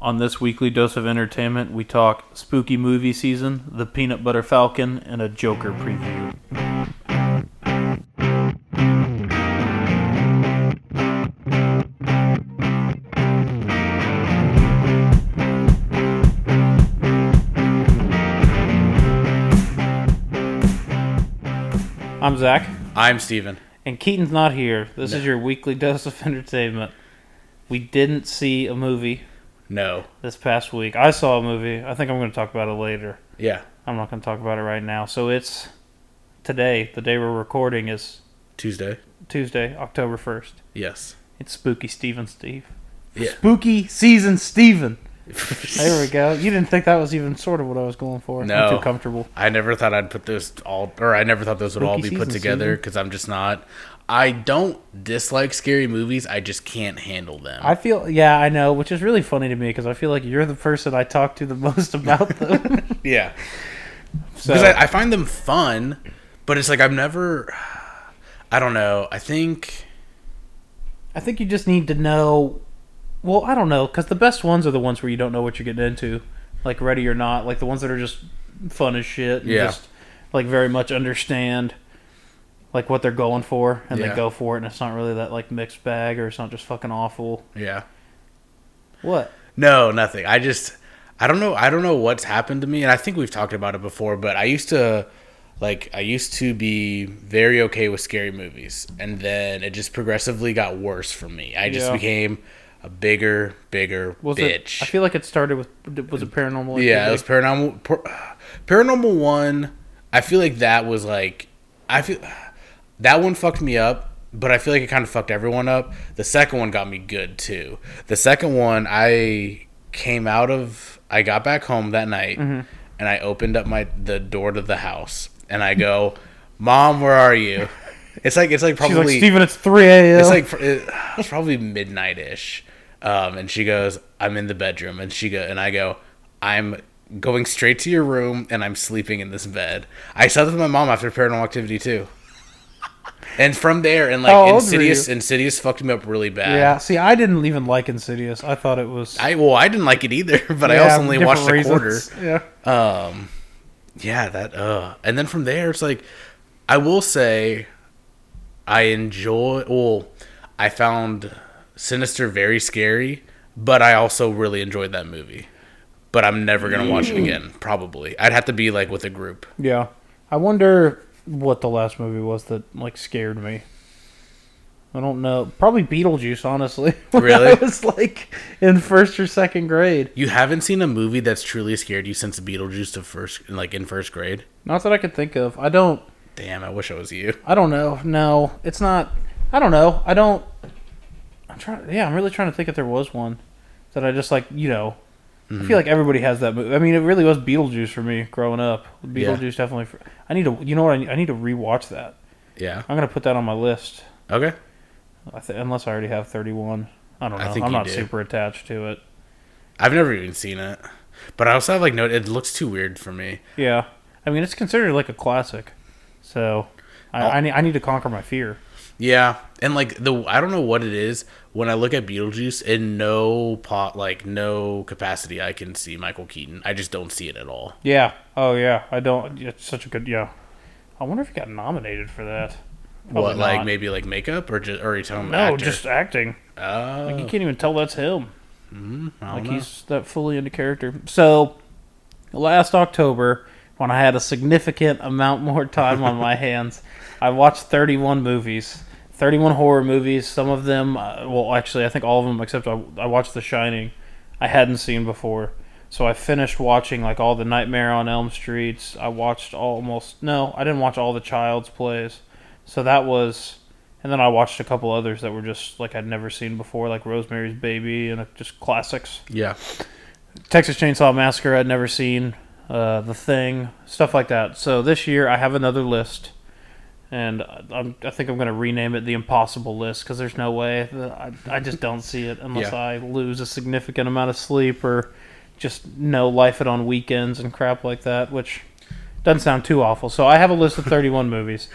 On this weekly dose of entertainment, we talk spooky movie season, the Peanut Butter Falcon, and a Joker preview. I'm Zach, I'm Steven. and Keaton's not here. This is your weekly dose of entertainment. We didn't see a movie No. this past week. I saw a movie. I think I'm going to talk about it later. Yeah. I'm not going to talk about it right now. So it's today, the day we're recording is Tuesday. Tuesday, October 1st. Yes. It's Spooky Steven Steve. Yeah. Spooky Season Steven. There we go. You didn't think that was even sort of what I was going for. No. I'm too comfortable. I never thought I'd put this all, or I never thought those would all Spooky be put season, together because I'm just not. I don't dislike scary movies. I just can't handle them. I feel, yeah, I know, which is really funny to me because I feel like you're the person I talk to the most about them. yeah. so, Because I, I find them fun, but it's like I've never. I don't know. I think. I think you just need to know. Well, I don't know, because the best ones are the ones where you don't know what you're getting into, like Ready or Not, like the ones that are just fun as shit. And Yeah. Just like very much understand like what they're going for, and they Yeah. go for it, and it's not really that like mixed bag, or it's not just fucking awful. Yeah. What? No, nothing. I just I don't know I don't know what's happened to me and I think we've talked about it before, but I used to like I used to be very okay with scary movies and then it just progressively got worse for me. I just Yeah. became a bigger, bigger Was bitch. Uh, it? I feel like it started with was it paranormal? Activity? yeah, it was paranormal par- paranormal 1. I feel like that was like I feel that one fucked me up, but I feel like it kind of fucked everyone up. The second one got me good too. The second one, I came out of, I got back home that night, and I opened up my the door to the house, and I go, "Mom, where are you?" It's like it's like She's like probably Steven, it's three a.m. it's like fr- it- it's probably midnight ish, um, and she goes, "I'm in the bedroom," and she go and I go, "I'm." Going straight to your room, and I'm sleeping in this bed. I slept with my mom after Paranormal Activity too, and from there, and like How old were Insidious, you? Insidious fucked me up really bad. yeah. See, I didn't even like Insidious. I thought it was. I well, I didn't like it either, but I Yeah, also only different watched a quarter. reasons. Yeah. Um, yeah, that. Uh, and then from there, it's like, I will say, I enjoy. Well, I found Sinister very scary, but I also really enjoyed that movie. But I'm never gonna watch it again. Probably, I'd have to be like with a group. Yeah. I wonder what the last movie was that like scared me. I don't know. Probably Beetlejuice, honestly. When Really? I was like in first or second grade. You haven't seen a movie that's truly scared you since Beetlejuice to first, like in first grade. Not that I could think of. I don't Damn, I wish I was you. I don't know. No. It's not I don't know. I don't I'm trying yeah, I'm really trying to think if there was one that I just like, you know, I feel like everybody has that movie. I mean, it really was Beetlejuice for me growing up. Beetlejuice definitely. For, I need to, you know what? I need, I need to rewatch that. Yeah. I'm gonna put that on my list. Okay. I th- unless I already have 31. I don't know. I I think am you not do. super attached to it. I've never even seen it, but I also have like no. It looks too weird for me. Yeah. I mean, it's considered like a classic. So I, I'll- I, need, I need to conquer my fear. Yeah, and like the I don't know what it is when I look at Beetlejuice in no pot like no capacity I can see Michael Keaton. I just don't see it at all. Yeah. Oh, yeah. I don't. It's such a good. Yeah. I wonder if he got nominated for that. Probably what like not. maybe like makeup or just or are you telling No, no, actor? just acting. oh, Like, you can't even tell that's him. I don't Like, know. he's that fully into character. So, last October, when I had a significant amount more time on my hands, I watched 31 movies, 31 horror movies. Some of them, uh, well, actually, I think all of them except I, I watched The Shining, I hadn't seen before. So I finished watching like all the Nightmare on Elm Streets. I watched almost no, I didn't watch all the Child's Plays. So that was, and then I watched a couple others that were just like I'd never seen before, like Rosemary's Baby and uh, just classics. yeah, Texas Chainsaw Massacre I'd never seen, uh, The Thing, stuff like that. So this year I have another list, and I- I'm, I think I'm going to rename it the Impossible List because there's no way that I, I just don't see it unless Yeah. I lose a significant amount of sleep or just no life it on weekends and crap like that, which doesn't sound too awful. So I have a list of 31 movies,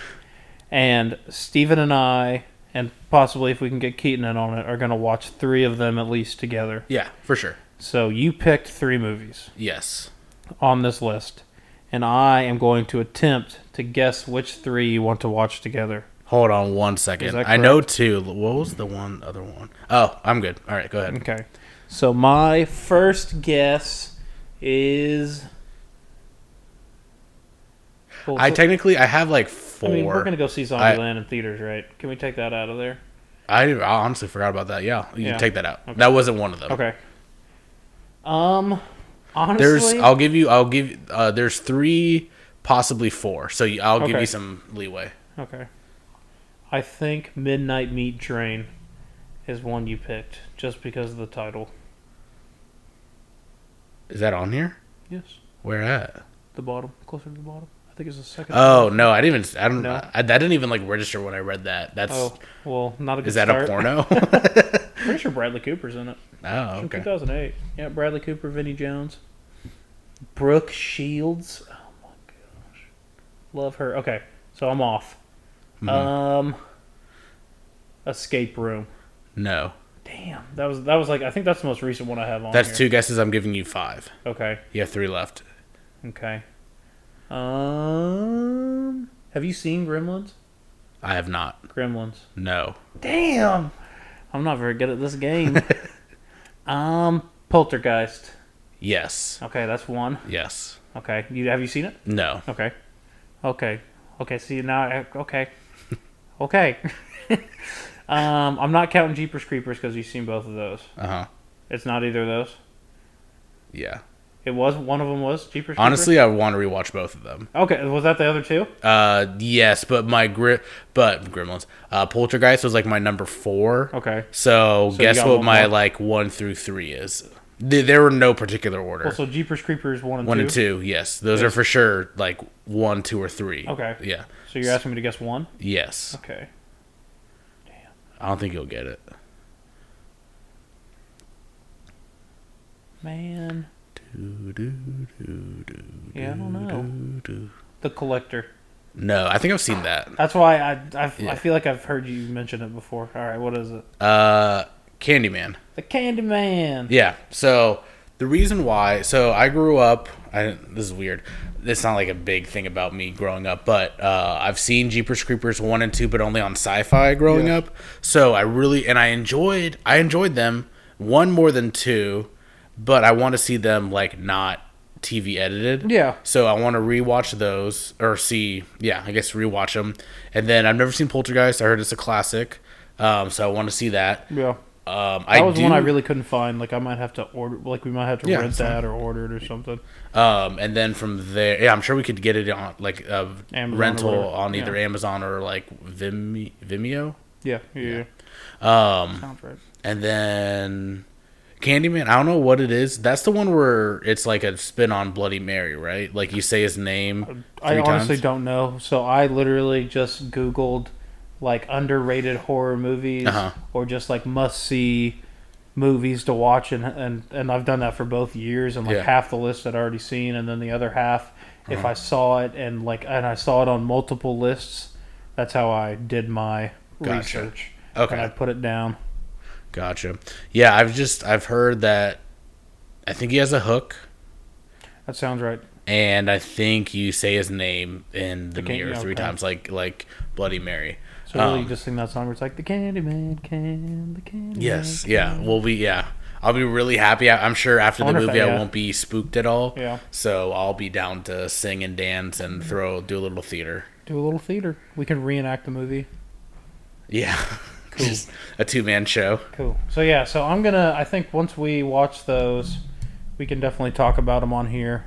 and Steven and I. And possibly, if we can get Keaton in on it, are going to watch three of them at least together. yeah, for sure. So you picked three movies Yes. on this list, and I am going to attempt to guess which three you want to watch together. Hold on one Is second. that I know two. What was the one other one? Oh, I'm good. All right, go ahead. Okay. So my first guess is. Well, I so- technically I have like four. I I, mean, we're gonna go see Zombieland in theaters, right? Can we take that out of there? I honestly forgot about that. Yeah, you Yeah. can take that out. Okay. That wasn't one of them. Okay. Um. Honestly, There's I'll give you I'll give uh, there's three possibly four. So you, I'll give Okay. you some leeway. Okay. I think Midnight Meat Drain is one you picked just because of the title. Is that on here? Yes. Where at? The bottom, closer to the bottom. I think it's the second. Oh no, I didn't even I don't No. I, I didn't even like register when I read that. That's Oh, well, not a good is that start. a porno? Pretty sure Bradley Cooper's in it. oh From okay. 2008. Yeah, Bradley Cooper, Vinnie Jones, Brooke Shields. Oh my gosh, love her. Okay, so I'm off. Mhm. Um, Escape Room. no, Damn, that was that was like I think that's the most recent one I have on. that's here. two guesses. I'm giving you five. Okay. You have three left. Okay. Um, have you seen Gremlins? I have not. Gremlins. No. Damn, I'm not very good at this game. um, Poltergeist. Yes. Okay, that's one. Yes. Okay, you have you seen it? No. Okay, okay, okay. See now, I, okay, okay. um, I'm not counting Jeepers Creepers because you've seen both of those. Uh huh. It's not either of those. Yeah. It was one of them was Jeepers. Creepers? Honestly, I want to rewatch both of them. okay. Was that the other two? Uh, yes, but my gri- but Gremlins, uh, Poltergeist was like my number four. Okay. So, you guess got what one my more? like one through three is. Th- there were no particular order. Well, so Jeepers Creepers one and one two. and two, yes, those are for sure like one, two, or three. Okay. Yeah. So you're asking me to guess one? Yes. Okay. I don't think you'll get it. Man. Do, do, do, do, Yeah, I don't do, know. do, do. The Collector. No, I think I've seen that. That's why I I, Yeah. I feel like I've heard you mention it before. All right, what is it? Uh, Candyman. The Candyman. Yeah. So the reason why, so I grew up. I this is weird. It's not like a big thing about me growing up, but uh, I've seen Jeepers Creepers one and two, but only on Sci-Fi growing Yeah. up. So I really and I enjoyed. I enjoyed them one more than two, but I want to see them like not TV edited. Yeah. So I want to rewatch those or see, yeah, I guess rewatch them. And then I've never seen Poltergeist. I heard it's a classic, um, so I want to see that. Yeah. Um, That I was do, one I really couldn't find. Like I might have to order. Like we might have to Yeah, rent it's fine. that or order it or something. Um, and then from there, yeah, I'm sure we could get it on like uh, Amazon or rental whatever. on either Yeah. Amazon or like Vime- Vimeo. Yeah. Yeah. yeah. Um, Sounds right. and then Candyman, I don't know what it is. That's the one where it's like a spin on Bloody Mary, right? Like you say his name. I three honestly times. don't know. So I literally just Googled like underrated horror movies Uh-huh. or just like must see movies to watch and, and and I've done that for both years and like Yeah. Uh-huh. half the list I'd already seen and then the other half if I saw it and like and I saw it on multiple lists, that's how I did my Gotcha. research. Okay. And I put it down. Gotcha. Yeah, I've just I've heard that. I think he has a hook, That sounds right. and I think you say his name in the The can- mirror yeah, three okay. times, like like Bloody Mary. So really Um, you just sing that song where it's like the Candyman can the Candyman. Yes. can." Yeah. We'll be. Yeah. I'll be really happy. I- I'm sure after I the wonder if movie, that- I yeah. won't be spooked at all. Yeah. Mm-hmm. So I'll be down to sing and dance and throw do a little theater. Do a little theater. We can reenact the movie. Yeah. Just a two man show. Cool. So yeah, so I'm gonna. I think once we watch those, we can definitely talk about them on here,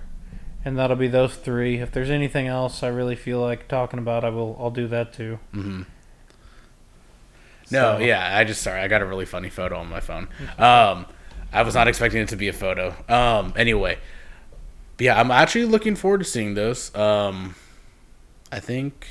and that'll be those three. If there's anything else I really feel like talking about, I will. I'll do that too. No. So- Mm-hmm. Yeah. I just sorry. I got a really funny photo on my phone. Um, I was not expecting it to be a photo. Um. Anyway. But yeah. I'm actually looking forward to seeing those. Um. I think,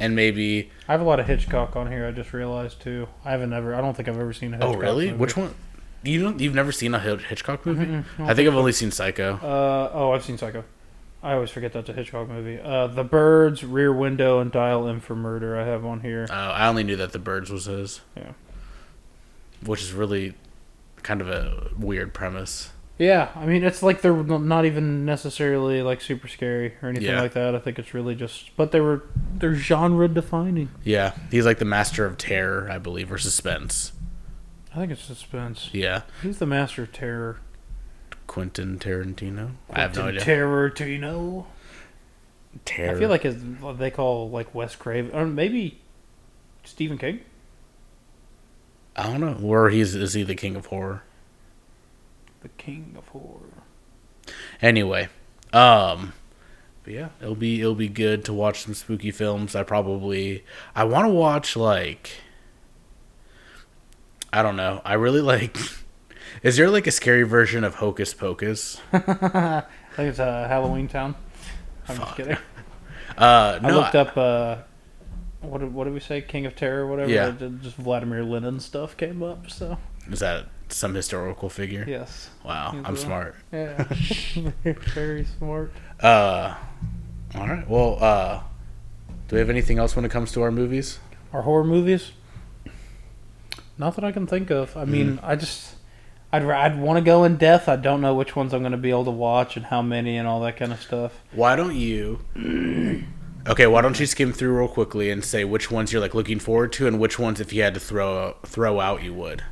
and maybe. I have a lot of Hitchcock on here. I just realized too. I haven't ever. I don't think I've ever seen a Hitchcock. oh really? movie. Which one? You don't. You've never seen a Hitch- Hitchcock movie? Mm-hmm, I think I've only seen Psycho. Uh oh, I've seen Psycho. I always forget that's a Hitchcock movie. Uh, The Birds, Rear Window, and Dial M for Murder. I have on here. Oh, I only knew that the birds was his. Yeah. Which is really kind of a weird premise. Yeah, I mean, it's like they're not even necessarily like super scary or anything Yeah. like that. I think it's really just, but they were they're genre defining. Yeah, he's like the master of terror, I believe, or suspense. I think it's suspense. Yeah, He's the master of terror. Quentin Tarantino. I have no idea. Terror to you know. terror. I feel like it's what they call like Wes Craven or maybe Stephen King. I don't know. Or he's is he the king of horror? The King of Horror. Anyway, um, but yeah, it'll be it'll be good to watch some spooky films. I probably I want to watch like I don't know. I really like. Is there like a scary version of Hocus Pocus? I think it's uh, Halloween Town. I'm just Fuck. kidding. Uh, I no, looked up uh, what did, what did we say? King of Terror, whatever. Yeah. It- Just Vladimir Lenin stuff came up. So is that some historical figure? yes, Wow, He's I'm the- smart. yeah, very smart. Uh, all right. Well, uh, do we have anything else when it comes to our movies? Are horror movies? Not that I can think of. I mean, I just I'd ra- I'd want to go in depth. I don't know which ones I'm going to be able to watch and how many and all that kind of stuff. Why don't you? Okay, why don't you skim through real quickly and say which ones you're like looking forward to, and which ones if you had to throw throw out you would.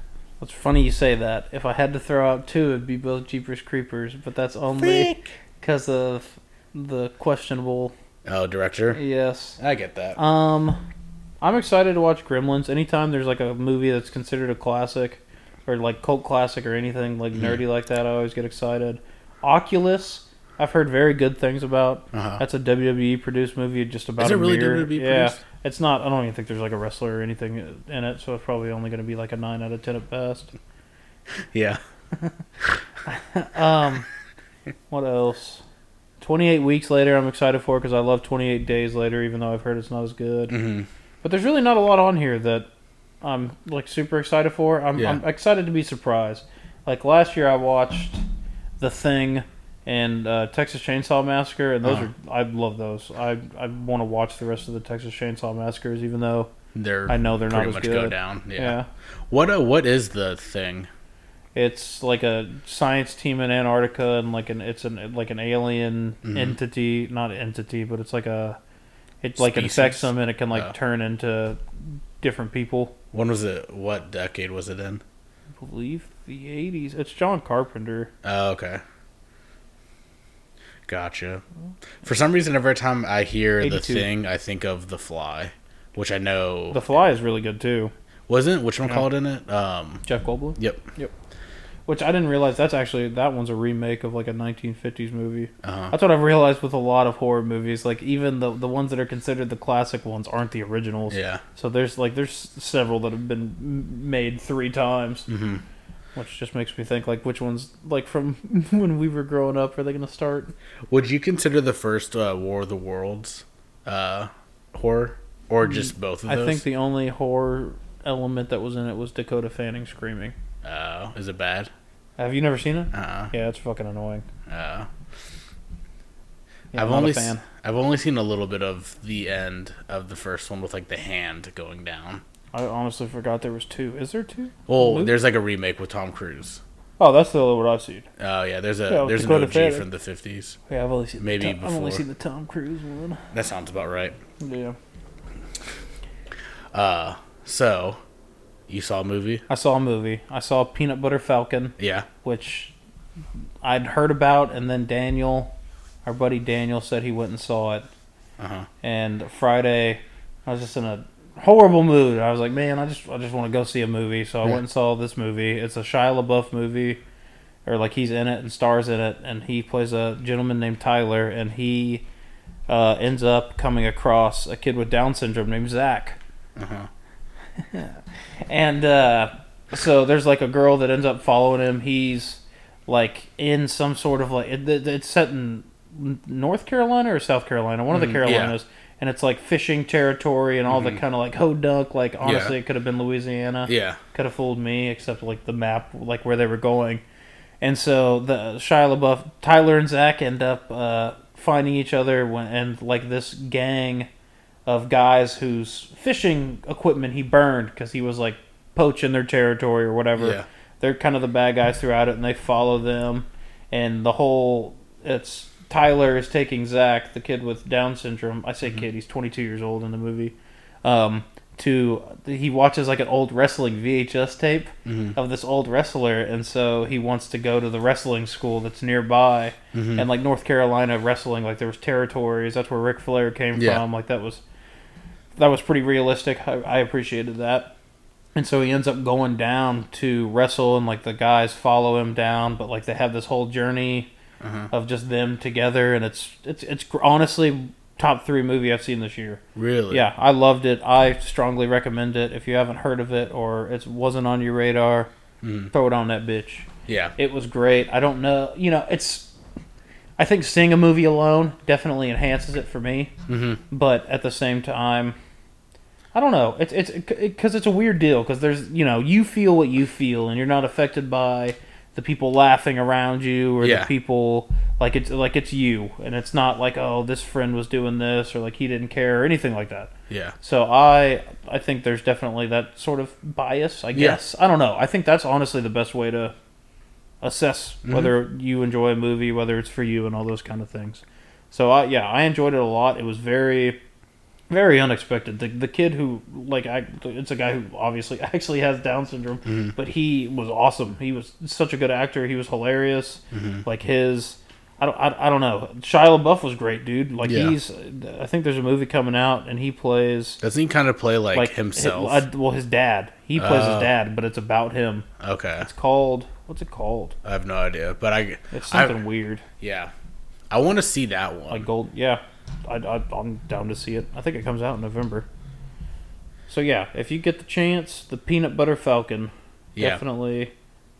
It's funny you say that. If I had to throw out two, it'd be both Jeepers Creepers, but that's only because of the questionable. Oh, director. Yes. I get that. Um, I'm excited to watch Gremlins. Anytime there's like a movie that's considered a classic, or like cult classic, or anything like nerdy like that, I always get excited. Oculus, I've heard very good things about. Uh-huh. That's a WWE produced movie, just about Is it a really beer. WWE yeah, produced? it's not. I don't even think there's like a wrestler or anything in it, so it's probably only going to be like a nine out of ten at best. Yeah. Um, what else? 28 weeks later, I'm excited for because I love 28 days later, even though I've heard it's not as good. Mhm. But there's really not a lot on here that I'm like super excited for. I'm, Yeah. I'm excited to be surprised. Like last year, I watched The Thing and uh, Texas Chainsaw Massacre, and those Uh-huh. are I love those. I I want to watch the rest of the Texas Chainsaw Massacres, even though They're I know they're not pretty as much good. go down. Yeah. yeah. What uh, what is the thing? it's like a science team in Antarctica, and like an it's an like an alien Mhm. entity, not entity, but it's like a it like Species? infects them and it can like Oh. turn into different people. When was it? What decade was it in? I believe the eighties. It's John Carpenter. Oh, okay. Gotcha. For some reason, every time I hear the 82. thing, I think of the fly, which I know The Fly is really good too. wasn't. Which one called in it? Um. Jeff Goldblum, Yep. which I didn't realize that's actually that one's a remake of like a nineteen fifties movie. Uh-huh. That's what I've realized with a lot of horror movies. Like even the the ones that are considered the classic ones aren't the originals. Yeah. So there's like there's several that have been m- made three times. hmm Which just makes me think, like, which ones, like, from when we were growing up, are they going to start? Would you consider the first uh, War of the Worlds uh, horror, or just both of Mm, I those? think the only horror element that was in it was Dakota Fanning screaming. Oh, is it bad? Have you never seen it? Uh, Yeah, it's fucking annoying. uh, Yeah, I've not only a fan. s- I've only seen a little bit of the end of the first one with like the hand going down. I honestly forgot there was two. Is there two? Well, Luke? there's like a remake with Tom Cruise. Oh, that's the only one I've seen. Oh yeah, there's a Yeah, there's an Dakota OG Fanning. from the fifties. Yeah, I've only seen Maybe The Tom, I've only before. seen the Tom Cruise one. That sounds about right. Yeah, Uh, so you saw a movie? I saw a movie. I saw Peanut Butter Falcon, Yeah. which I'd heard about, and then Daniel, our buddy Daniel, said he went and saw it. Uh huh. and Friday I was just in a horrible mood. I was like, man, I just I just want to go see a movie. So I Yeah. went and saw this movie. It's a Shia LaBeouf movie, or like he's in it and stars in it, and he plays a gentleman named Tyler, and he uh, ends up coming across a kid with Down syndrome named Zach, Uh huh. and uh, so there's like a girl that ends up following him. He's like in some sort of like it, it- it's set in North Carolina or South Carolina, one of the Mm, yeah. Mm-hmm. Carolinas, and it's like fishing territory and all the kind of like ho dunk. Like honestly, Yeah. it could have been Louisiana. Yeah. Could have fooled me, except like the map, like where they were going. And so the Shia LaBeouf, Tyler and Zach end up uh, finding each other when, and like this gang of guys whose fishing equipment he burned because he was like poaching their territory or whatever. Yeah. They're kind of the bad guys throughout it, and they follow them. and the whole it's Tyler is taking Zach, the kid with Down syndrome. I say kid, he's 22 years old in the movie. Um, to he watches like an old wrestling VHS tape of this old wrestler, and so he wants to go to the wrestling school that's nearby. And like North Carolina wrestling, like there was territories. That's where Ric Flair came Yeah. from. Like that was that was pretty realistic. I, I appreciated that. And so he ends up going down to wrestle, and like the guys follow him down, but like they have this whole journey of just them together, and it's it's it's gr- honestly top three movie I've seen this year. Really? Yeah, I loved it. I strongly recommend it. If you haven't heard of it or it wasn't on your radar, throw it on that bitch. Yeah. It was great. I don't know. You know, it's. I think seeing a movie alone definitely enhances it for me. Mm-hmm. But at the same time, I don't know. It's it's because it's a weird deal because there's you know you feel what you feel and you're not affected by the people laughing around you or Yeah. the people like it's like it's you and it's not like oh this friend was doing this or like he didn't care or anything like that. Yeah. So I I think there's definitely that sort of bias, I Yeah. guess. I don't know. I think that's honestly the best way to assess Mm-hmm. whether you enjoy a movie, whether it's for you and all those kind of things. So I yeah, I enjoyed it a lot. It was very very unexpect. The, the kid who like I, it's a guy who obviously actually has Down syndrome, Mm-hmm. but he was awesome. He was such a good actor. He was hilarious. Mm-hmm. Like his, I don't I, I don't know. Shia LaBeouf was great, dude. Like Yeah. he's, I think there's a movie coming out and he plays Doesn't he kind of play like, like himself? hi- uh, well, his dad. He plays Oh. his dad, but it's about him. okay. It's called what's it called? I have no idea, but I. It's I- something weird. yeah. I want to see that one. Like gold. Yeah, I, I, I'm down to see it. I think it comes out in November. So yeah, if you get the chance, the Peanut Butter Falcon, Yeah. definitely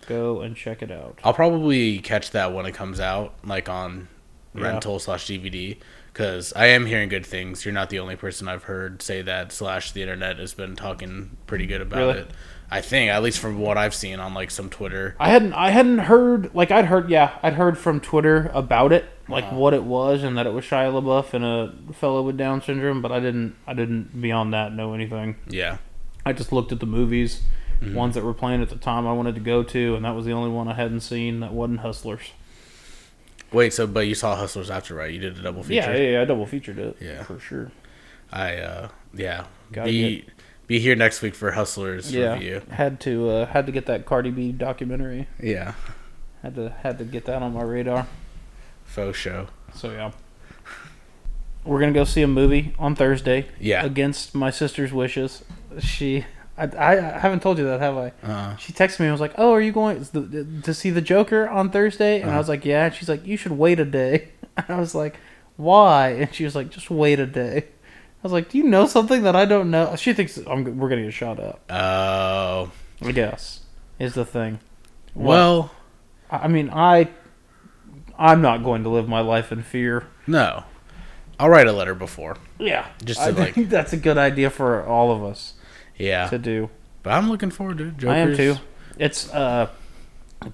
go and check it out. I'll probably catch that when it comes out, like on Yeah. rental slash DVD, because I am hearing good things. You're not the only person I've heard say that. Slash, the internet has been talking pretty good about Really? it. I think, at least from what I've seen on like some Twitter. I hadn't I hadn't heard like I'd heard yeah I'd heard from Twitter about it like Uh-huh. what it was and that it was Shia LaBeouf and a fellow with Down syndrome, but I didn't I didn't beyond that know anything. Yeah, I just looked at the movies, Mm-hmm. ones that were playing at the time I wanted to go to, and that was the only one I hadn't seen that wasn't Hustlers. Wait, so but you saw Hustlers after, right? You did a double feature. Yeah, yeah, yeah, I double featured it. Yeah. for sure. I uh yeah. Gotta be be here next week for Hustlers yeah, review. had to uh, had to get that Cardi B documentary. Yeah. Had to had to get that on my radar. Faux show. So yeah, we're gonna go see a movie on Thursday. Yeah. against my sister's wishes, she. I, I I haven't told you that, have I? Uh She texted me and was like, "Oh, are you going s- the- to see the Joker on Thursday?" Uh-huh. And I was like, "Yeah." And she's like, "You should wait a day." And I was like, "Why?" And she was like, "Just wait a day." I was like, "Do you know something that I don't know?" She thinks I'm, we're gonna get shot up. oh. I guess is the thing. What? Well, I I mean, I I'm not going to live my life in fear. no. I'll write a letter before. Yeah, Just I to, like- think that's a good idea for all of us Yeah. to do. But I'm looking forward to it. Jokers. I am too. It's uh,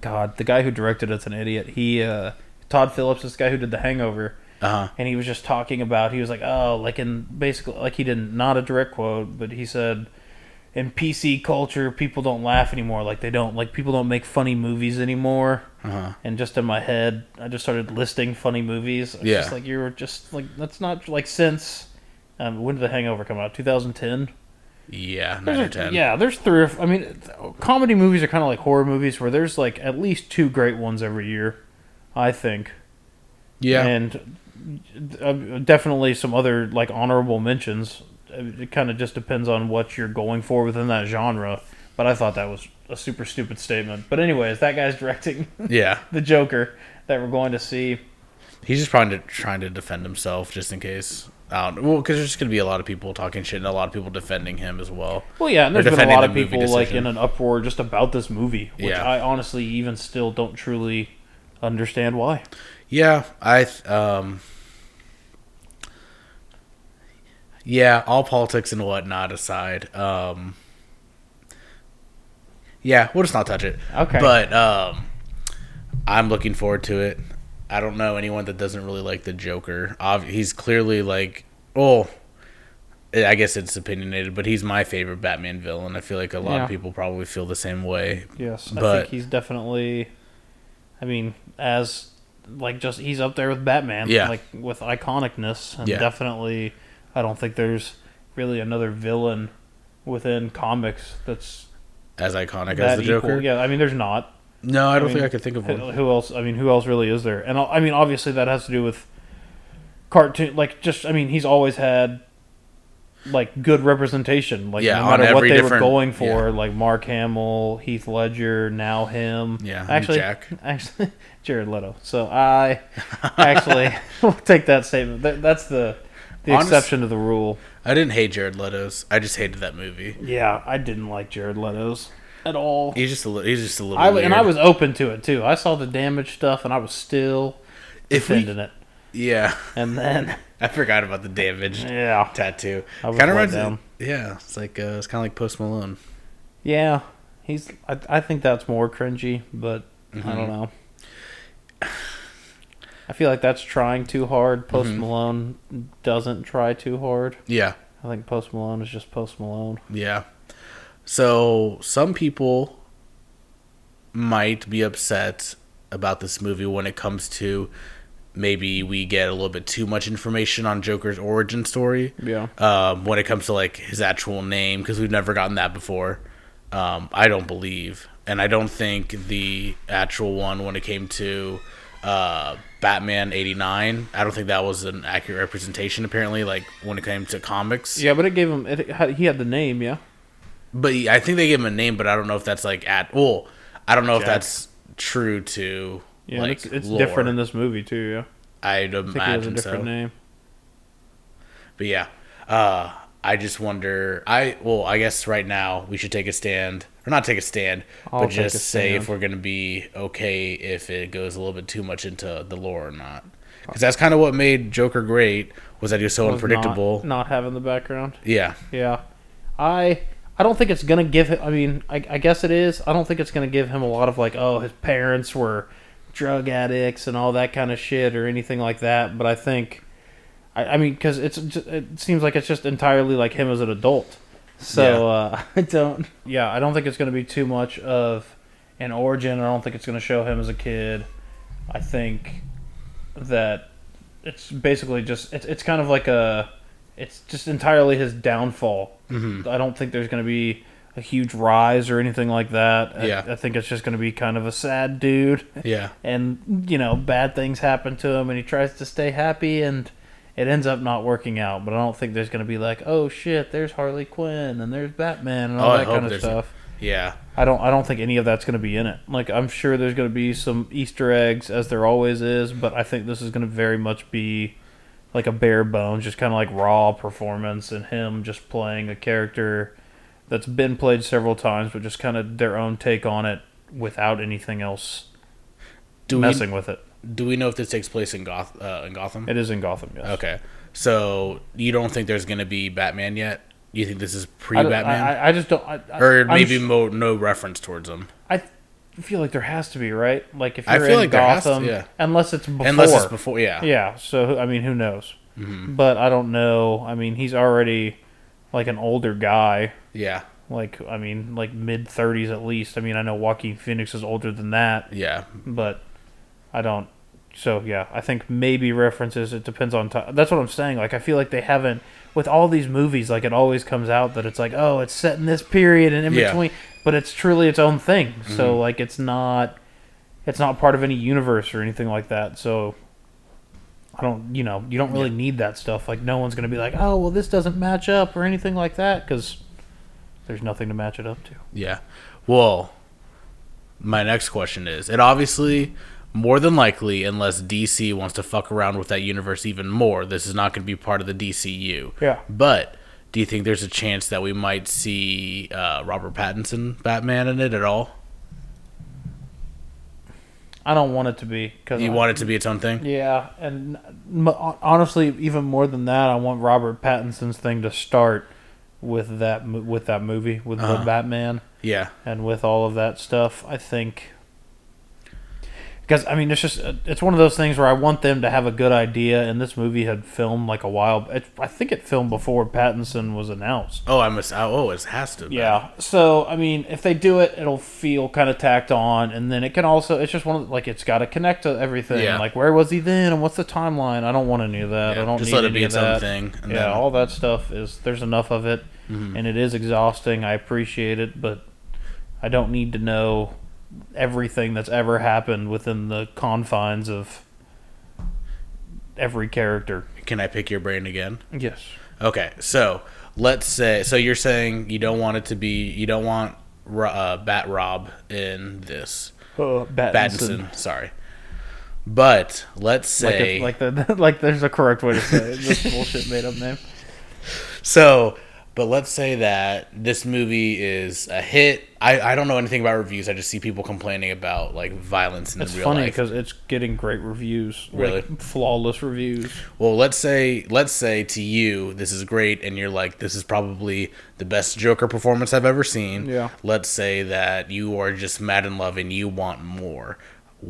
God, the guy who directed it's an idiot. He uh, Todd Phillips, this guy who did The Hangover, Uh huh. and he was just talking about he was like, oh, like in basically like he didn't not a direct quote, but he said. In PC culture, people don't laugh anymore. Like they don't like people don't make funny movies anymore. Uh huh. And just in my head, I just started listing funny movies. It's Yeah. just like you were just like that's not like since um, when did The Hangover come out? 2010. Yeah, nine There's or a- ten. Yeah, there's three. Or, f- I mean, th- comedy movies are kind of like horror movies, where there's like at least two great ones every year, I think. Yeah. And uh, definitely some other like honorable mentions. Uh, It kind of just depends on what you're going for within that genre. But I thought that was a super stupid statement. But anyways, that guy's directing yeah. the Joker that we're going to see. He's just trying to trying to defend himself just in case. I don't well, because there's just gonna be a lot of people talking shit and a lot of people defending him as well. Well, yeah, and They're there's been a lot of defending the people movie like decision. in an uproar just about this movie, which Yeah. I honestly even still don't truly understand why. Yeah, I th- um Yeah, all politics and whatnot aside. Um Yeah, we'll just not touch it. Okay. But um I'm looking forward to it. I don't know anyone that doesn't really like the Joker. Ob- he's clearly like oh I guess it's opinionated, but he's my favorite Batman villain. I feel like a lot Yeah. of people probably feel the same way. Yes, I But- think he's definitely I mean, as like just he's up there with Batman, Yeah. like with iconicness, and Yeah. definitely, I don't think there's really another villain within comics that's As iconic as that the equal. Joker? Yeah, I mean, there's not. No, I don't I think mean, I could think of one. Who who else? I mean, who else really is there? And I I mean, obviously that has to do with cartoon. Like, just I mean, he's always had like good representation. Like, Yeah, no on matter what every they were different- going for, like Mark Hamill, Heath Ledger, now him. Yeah, and actually, Jack. actually, Jared Leto. So I actually will take that statement. That, that's the the Honest- exception to the rule. I didn't hate Jared Leto's. I just hated that movie. Yeah, I didn't like Jared Leto's at all. He's just a little. He's just a little. I w- and I weird. was open to it too. I saw the damage stuff, and I was still If we- defending it. Yeah, And then, I forgot about the damaged yeah, tattoo. I was Kind of let reminds. down. Yeah, it's like uh, it's kind of like Post Malone. yeah, he's. I, I think that's more cringy, but I don't know. I feel like that's trying too hard. Post Malone doesn't try too hard. Yeah, I think Post Malone is just Post Malone. yeah. So some people might be upset about this movie when it comes to maybe we get a little bit too much information on Joker's origin story. Yeah. um, when it comes to like his actual name because we've never gotten that before. Um, I don't believe, and I don't think the actual one when it came to uh, Batman '89. I don't think that was an accurate representation. Apparently, like when it came to comics, Yeah, but it gave him. It, had- he had the name. Yeah. but he- I think they gave him a name, but I don't know if that's like at well, I don't know if Jack. that's true to Yeah, and like it's, it's different in this movie too. Yeah, I'd I think he has a imagine different so. name. But yeah, uh, I just wonder. I well, I guess right now we should take a stand, or not take a stand, I'll but take just a say if stand. we're gonna be okay if it goes a little bit too much into the lore or not. Because that's kind of what made Joker great was that he was so Was not- unpredictable. not having the background. Yeah, Yeah, I I don't think it's gonna give him. I mean, I, I guess it is. I don't think it's gonna give him a lot of like, oh, his parents were drug addicts and all that kind of shit or anything like that. But I think, I, I mean, because it's ju- it seems like it's just entirely like him as an adult. So uh, I don't. Yeah, I don't think it's gonna be too much of an origin. I don't think it's gonna show him as a kid. I think that it's basically just it's it's kind of like a it's just entirely his downfall. Mm-hmm. I don't think there's going to be a huge rise or anything like that. I, Yeah. I think it's just going to be kind of a sad dude, yeah, and you know, bad things happen to him, and he tries to stay happy, and it ends up not working out. But I don't think there's going to be like, oh shit, there's Harley Quinn and there's Batman and all Oh, I that hope kind of there's- stuff. yeah, I don't I don't think any of that's going to be in it. Like I'm sure there's going to be some Easter eggs as there always is, but I think this is going to very much be like a bare bones, just kind of like raw performance and him just playing a character that's been played several times, but just kind of their own take on it without anything else Do we, messing with it. do we know if this takes place in Goth uh, in Gotham? It is in Gotham, yes. Okay, so you don't think there's gonna be Batman yet? You think this is pre I, don't- Batman, I, I- I just don't. I, I- or I'm maybe sh- mo- no reference towards him? I feel like there has to be right. Like if I you're feel in like there has to- Gotham, yeah. unless it's before. Unless it's before, yeah, Yeah, so I mean, who knows? But I don't know. I mean, he's already like an older guy, yeah, like I mean, like mid thirties at least. I mean, I know Joaquin Phoenix is older than that, yeah. but I don't. So yeah, I think maybe references. It depends on time. That's what I'm saying. Like I feel like they haven't with all these movies. Like it always comes out that it's like, oh, it's set in this period and in Yeah. Mm-hmm. between, but it's truly its own thing. So like it's not, it's not part of any universe or anything like that. So I don't, you know, you don't really need that stuff. Like no one's gonna be like, oh, well, this doesn't match up or anything like that because there's nothing to match it up to. Yeah. Well, my next question is it obviously, more than likely, unless DC wants to fuck around with that universe even more, this is not going to be part of the DCU. Yeah. But do you think there's a chance that we might see uh, Robert Pattinson Batman in it at all? I don't want it to be because You want it to be its own thing? Yeah, and m- honestly, even more than that, I want Robert Pattinson's thing to start with that mo- with that movie with the Batman Yeah. and with all of that stuff. I think because I mean it's just uh, it's one of those things where I want them to have a good idea, and this movie had filmed like a while. It, I think it filmed before Pattinson was announced. Oh, I must. Oh, it has to. be. Yeah. So I mean, if they do it, it'll feel kind of tacked on, and then it can also it's just one of like it's got to connect to everything. Yeah. Like where was he then, and what's the timeline? I don't want any of that. Yeah, I don't just need let it any be of its that. own thing. and yeah, then- Mm-hmm. all that stuff is there's enough of it, and it is exhausting. I appreciate it, but I don't need to know everything that's ever happened within the confines of every character. can I pick your brain again? Yes. Okay, so let's say so you're saying you don't want it to be you don't want Ro- uh, Bat Rob in this Uh, Battinson. Battinson, sorry. But let's Like, say if, like the like, there's a correct way to say it. This bullshit made up name. so. But let's say that this movie is a hit. I, I don't know anything about reviews. I just see people complaining about like violence in It's real funny life. because it's getting great reviews, Really? like flawless reviews. Well, let's say let's say to you this is great, and you're like, this is probably the best Joker performance I've ever seen. Yeah. Let's say that you are just mad in love and you want more.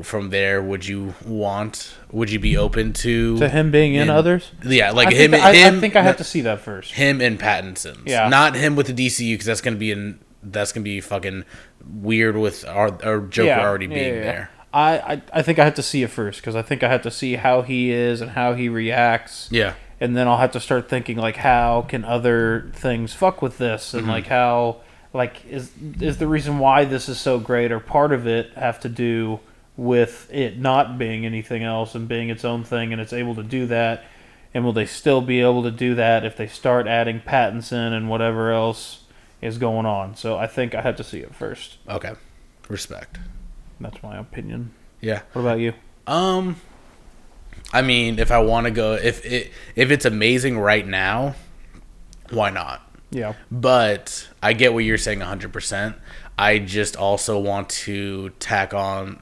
From there, would you want? Would you be open to? To him being in, others, Yeah, like I him. think, I, him. I think I have to see that first. him and Pattinson's. Yeah. Not him with the DCU because that's gonna be in. That's gonna be fucking weird with our, our Joker already yeah, being yeah, yeah. there. I, I, I think I have to see it first because I think I have to see how he is and how he reacts. Yeah. And then I'll have to start thinking like, how can other things fuck with this, and like how like is is the reason why this is so great or part of it have to do with it not being anything else and being its own thing and it's able to do that and will they still be able to do that if they start adding Pattinson and whatever else is going on so I think I have to see it first Okay. Respect. that's my opinion Yeah. what about you Um, I mean, if I want to go, if it if it's amazing right now, why not? Yeah. But I get what you're saying 100%. I just also want to tack on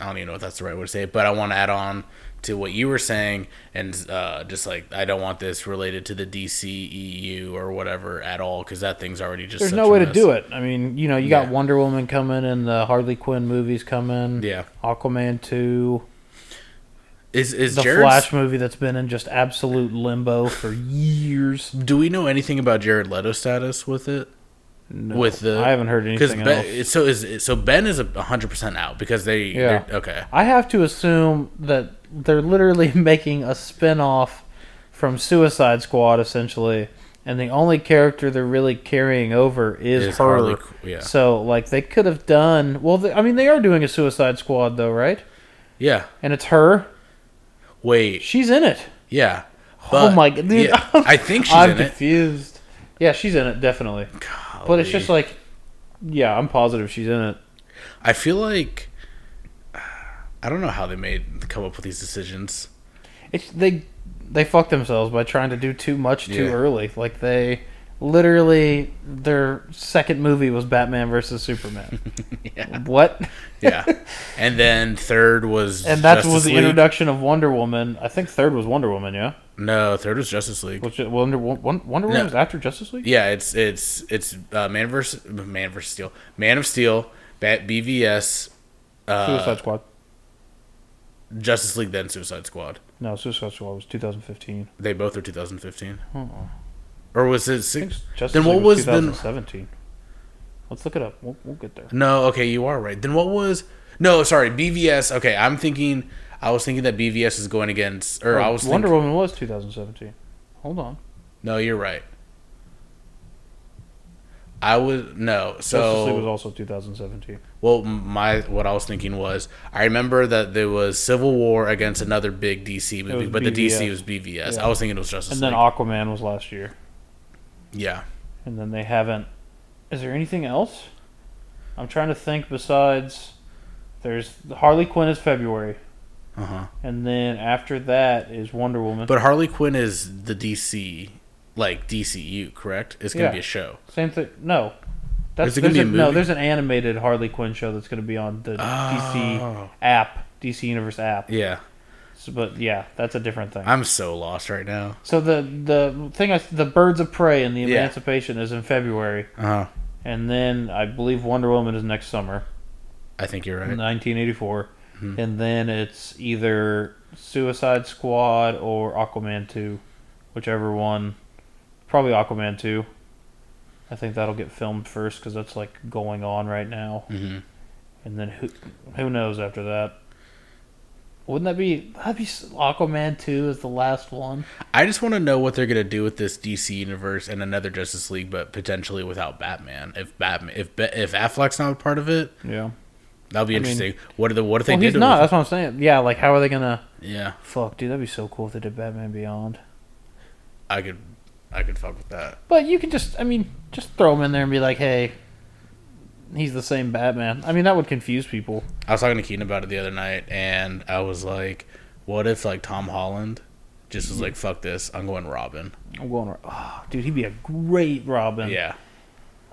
I don't even know if that's the right way to say it, but I want to add on to what you were saying and uh, just like I don't want this related to the DCEU or whatever at all cuz that thing's already just There's such no a way to mess. do it. I mean, you know, you got Yeah. Wonder Woman coming and the Harley Quinn movies coming. Yeah. Aquaman 2, Is is the Jared Flash movie that's been in just absolute limbo for years. do we know anything about Jared Leto's status with it? No, with the I haven't heard anything else. Ben, so is so Ben is a hundred percent out because they Yeah. they're- okay I have to assume that they're literally making a spin-off from Suicide Squad essentially, and the only character they're really carrying over is, Is her. Harley Qu- yeah. So like they could have done well. They, I mean, they are doing a Suicide Squad though, right? yeah And it's her. wait She's in it. yeah Oh but- my god, dude! yeah, I think she's I'm in it confused. Yeah, she's in it definitely. But it's just Golly. like, yeah, I'm positive she's in it. I feel like I don't know how they made come up with these decisions It's they they fuck themselves by trying to do too much too Yeah. early. Like they literally their second movie was Batman versus Superman. What? yeah and then third was And that Justice was the League. introduction of Wonder Woman. I think third was Wonder Woman. Yeah, no third was Justice League which Wonder Wo- Won- Wonder Woman No. was after Justice League. yeah it's it's it's uh, Man versus Man versus Steel Man of Steel Bat BVS uh, Suicide Squad. Justice League then Suicide Squad No, Suicide Squad was 2015. they both are 2015 Oh. or was it I think six? Justice Then what League was was, the- 2017? Let's look it up. We'll, we'll get there. No, okay, you are right. Then what was? No, sorry, BVS. Okay, I'm thinking. I was thinking that BVS is going against, or I was Oh, Wonder thinking. Woman was 2017. Hold on. No, you're right. I was no. Justice League was So also 2017. well, my what I was thinking was I remember that there was Civil War against another big DC movie, was but the DC BVS. was BVS. Yeah. I was thinking it was Justice And then League. Aquaman was last year. yeah, And then they haven't. Is there anything else? I'm trying to think besides. There's Harley Quinn is February. uh huh. And then after that is Wonder Woman. But Harley Quinn is the DC, like DCU, correct? It's gonna Yeah. be a show. Same thing. No. That's, Is it gonna there's be a No, movie? there's an animated Harley Quinn show that's going to be on the DC Oh. app, DC Universe app. Yeah, So, but yeah, that's a different thing. I'm so lost right now. So the the thing I, the Birds of Prey and the Yeah. Emancipation is in February, Uh huh. and then I believe Wonder Woman is next summer, I think you're right. Mm-hmm. 1984, and then it's either Suicide Squad or Aquaman two, whichever one. Probably Aquaman two. I think that'll get filmed first because that's like going on right now, Mm-hmm. and then who who knows after that. Wouldn't that be that'd be s- Aquaman two is the last one? I just want to know what they're gonna do with this DC universe and another Justice League, but potentially without Batman. If Batman, if Ba- if Affleck's not a part of it, Yeah. that'll be mean- interesting. what are the what if they Well, did? he's it not. with- That's what I'm saying. Yeah, like how are they gonna? yeah, Fuck, dude, that'd be so cool if they did Batman Beyond. I could, I could fuck with that. But you could just, I mean, just throw him in there and be like, hey, he's the same Batman. I mean, that would confuse people. I was talking to Keaton about it the other night, and I was like, "What if like Tom Holland just was like, fuck this, I'm going Robin." I'm going, Ro- oh, dude, he'd be a great Robin. Yeah,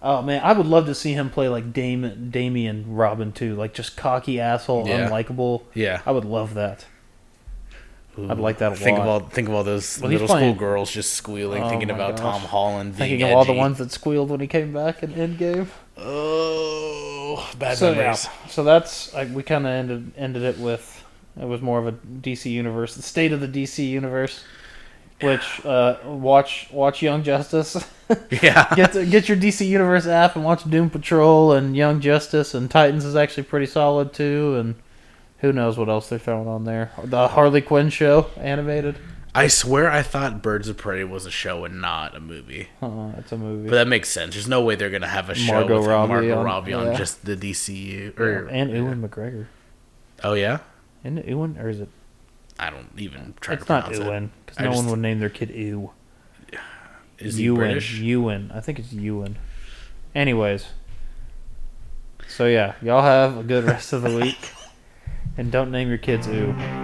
Oh man, I would love to see him play like Dame, Damien Robin too, like just cocky asshole, Yeah. unlikable. yeah. I would love that. I'd like that a think lot. of all think of all those Well, he's middle school playing- girls just squealing, Oh thinking my about gosh. Tom Holland. Being Thinking of all the edgy. ones that squealed when he came back in Endgame. Oh, bad so, memories. yeah. so that's like we kind of ended ended it with it was more of a DC universe, the state of the DC universe. Which uh, watch watch Young Justice, Yeah. get the- get your DC universe app and watch Doom Patrol and Young Justice and Titans is actually pretty solid too and who knows what else they found on there the Harley Quinn show animated I swear I thought Birds of Prey was a show and not a movie. uh, it's a movie But that makes sense. There's no way they're going to have a show Margot with Robbie Margot on- Robbie on yeah. just the DCU. Yeah, Or, and Ewan McGregor Oh, yeah? isn't it Ewan or is it I don't even try it's to not pronounce it. Ewan because I no just- one would name their kid Ew. Is he Ewan, British? Ewan. I think it's Ewan. Anyways. So yeah, y'all have a good rest of the week. And don't name your kids Ooh.